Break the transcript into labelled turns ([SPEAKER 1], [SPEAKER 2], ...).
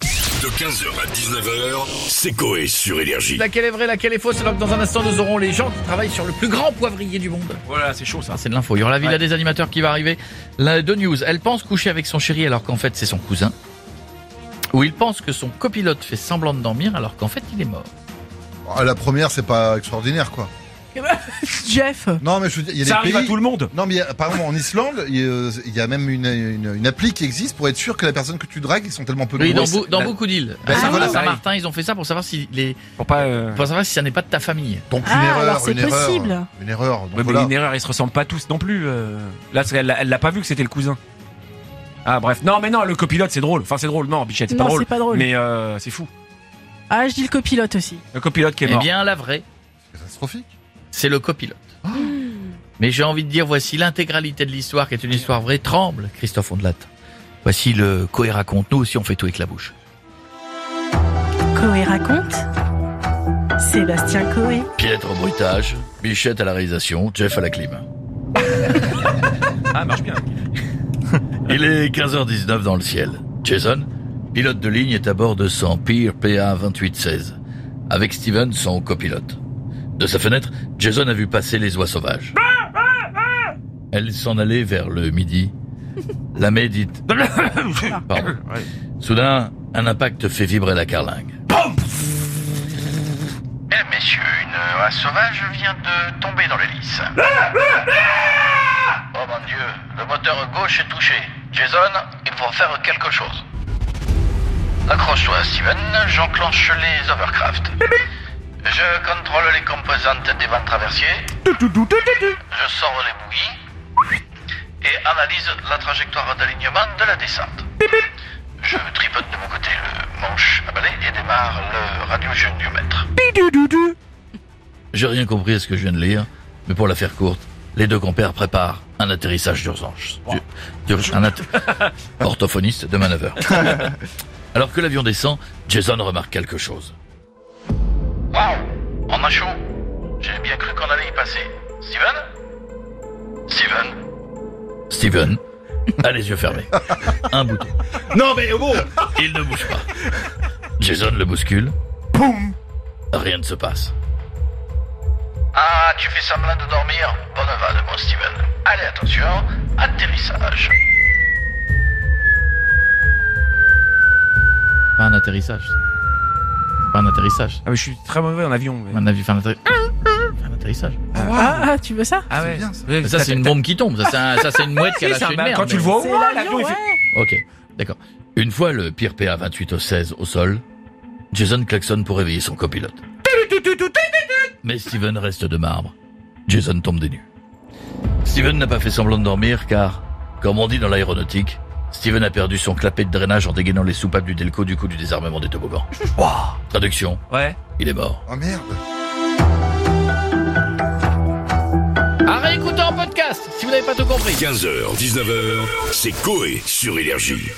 [SPEAKER 1] De 15h à 19h, c'est Coé sur Énergie.
[SPEAKER 2] Laquelle est vraie, laquelle est fausse Alors que dans un instant, nous aurons les gens qui travaillent sur le plus grand poivrier du monde.
[SPEAKER 3] Voilà, c'est chaud ça.
[SPEAKER 2] Ah, c'est de l'info. Il y aura la villa des animateurs qui va arriver. La, deux news. Elle pense coucher avec son chéri alors qu'en fait, c'est son cousin. Ou il pense que son copilote fait semblant de dormir alors qu'en fait, il est mort.
[SPEAKER 4] Ah, La première, c'est pas extraordinaire, quoi.
[SPEAKER 5] Jeff,
[SPEAKER 4] Non, mais je veux dire, il y a
[SPEAKER 3] Ça
[SPEAKER 4] des
[SPEAKER 3] arrive
[SPEAKER 4] pays.
[SPEAKER 3] à tout le monde.
[SPEAKER 4] Non, mais il y a- par exemple, en Islande, il y a- euh, il y, a même une, une, une appli qui existe pour être sûr que la personne que tu dragues, ils sont tellement peu
[SPEAKER 2] Oui, dans,
[SPEAKER 4] nombreux.
[SPEAKER 2] bou- dans
[SPEAKER 3] la- Ah
[SPEAKER 2] beaucoup d'îles.
[SPEAKER 4] Bah,
[SPEAKER 2] À
[SPEAKER 4] c'est voilà,
[SPEAKER 2] Saint-Martin, ils ont fait ça pour savoir si les,
[SPEAKER 3] Pour pas. euh,
[SPEAKER 2] pour savoir si ça n'est pas de ta famille.
[SPEAKER 4] Donc une
[SPEAKER 5] Ah,
[SPEAKER 4] erreur,
[SPEAKER 5] alors c'est
[SPEAKER 4] une erreur,
[SPEAKER 5] possible.
[SPEAKER 4] une erreur. Donc
[SPEAKER 3] ouais, mais
[SPEAKER 4] voilà.
[SPEAKER 3] une er- erreur, ils se ressemblent pas tous non plus. euh. Là, c'est- elle, l'a- elle l'a pas vu que c'était le cousin. Ah bref, non mais non, le copilote c'est drôle. Enfin c'est drôle, non Bichette, c'est pas
[SPEAKER 5] non,
[SPEAKER 3] drôle.
[SPEAKER 5] c'est pas drôle.
[SPEAKER 3] Mais euh, c'est fou.
[SPEAKER 5] Ah, je dis le copilote aussi.
[SPEAKER 3] Le copilote qui est
[SPEAKER 2] Eh
[SPEAKER 3] mort.
[SPEAKER 2] bien, la vraie,
[SPEAKER 4] Catastrophique.
[SPEAKER 2] c'est le copilote.
[SPEAKER 3] Ah.
[SPEAKER 2] Mais j'ai envie de dire, voici l'intégralité de l'histoire qui est une histoire vraie. Tremble, Christophe Ondelat. Voici le Coé raconte. Nous aussi, on fait tout avec la bouche.
[SPEAKER 5] Coé raconte. Sébastien Coé.
[SPEAKER 2] Pietre au bruitage, Bichette à la réalisation, Jeff à la clim.
[SPEAKER 3] Ah marche bien.
[SPEAKER 2] Il est 15h19 dans le ciel. Jason, pilote de ligne, est à bord de son Pier PA 2816, avec Steven, son copilote. De sa fenêtre, Jason a vu passer les oies sauvages. Elles s'en allaient vers le midi. La médite.
[SPEAKER 3] Ah,
[SPEAKER 2] Pardon. Soudain, un impact fait vibrer la carlingue.
[SPEAKER 6] Eh messieurs, une euh, oie sauvage vient de tomber dans l'hélice. Oh mon dieu, le moteur gauche est touché. Jason, il faut faire quelque chose. Accroche-toi Steven, j'enclenche les hovercraft. Je contrôle les composantes des vents traversiers. Je sors les bouillies. Et analyse la trajectoire d'alignement de la descente. Je tripote de mon côté le manche à balai et démarre le radiogéniomètre.
[SPEAKER 2] J'ai rien compris à ce que je viens de lire, mais pour la faire courte, les deux compères préparent un atterrissage d'urgence. Du- d'ur- un atte- orthophoniste de manœuvre. Alors que l'avion descend, Jason remarque quelque chose.
[SPEAKER 6] Waouh On a chaud J'ai bien cru qu'on allait y passer. Steven Steven
[SPEAKER 2] Steven a les yeux fermés. Un bouton. Non mais bon Il ne bouge pas. Jason le bouscule. Poum Rien ne se passe.
[SPEAKER 6] Ah, tu fais semblant de dormir Bonne vanne, mon Steven. Allez, attention, atterrissage.
[SPEAKER 2] Pas un atterrissage. Pas un atterrissage.
[SPEAKER 3] Ah mais je suis très mauvais en avion. mais-
[SPEAKER 2] Un avis, un atterrissage.
[SPEAKER 5] Ah, ah, tu veux ça
[SPEAKER 3] Ah
[SPEAKER 4] C'est bien, ça.
[SPEAKER 3] Ouais,
[SPEAKER 2] Ça c'est une bombe qui tombe, ça c'est un- ça, c'est une mouette qui a
[SPEAKER 3] Si, c'est
[SPEAKER 2] lâché
[SPEAKER 3] un-
[SPEAKER 2] une merde.
[SPEAKER 3] quand tu
[SPEAKER 2] mais-
[SPEAKER 3] le vois, au
[SPEAKER 5] C'est
[SPEAKER 3] loin, l'avion
[SPEAKER 5] l'avion,
[SPEAKER 3] il
[SPEAKER 5] ouais.
[SPEAKER 3] fait-
[SPEAKER 2] Ok, d'accord. Une fois le pire PA 28 au 16 au sol, Jason klaxonne pour réveiller son copilote. Mais Steven reste de marbre. Jason tombe des nues. Steven n'a pas fait semblant de dormir car, comme on dit dans l'aéronautique, Steven a perdu son clapet de drainage en dégainant les soupapes du Delco du coup du désarmement des toboggans. Traduction,
[SPEAKER 3] Ouais.
[SPEAKER 2] il est mort.
[SPEAKER 4] Oh merde.
[SPEAKER 2] À réécouter en podcast si vous n'avez pas tout compris.
[SPEAKER 1] 15h, 19h, c'est Coé sur Énergie.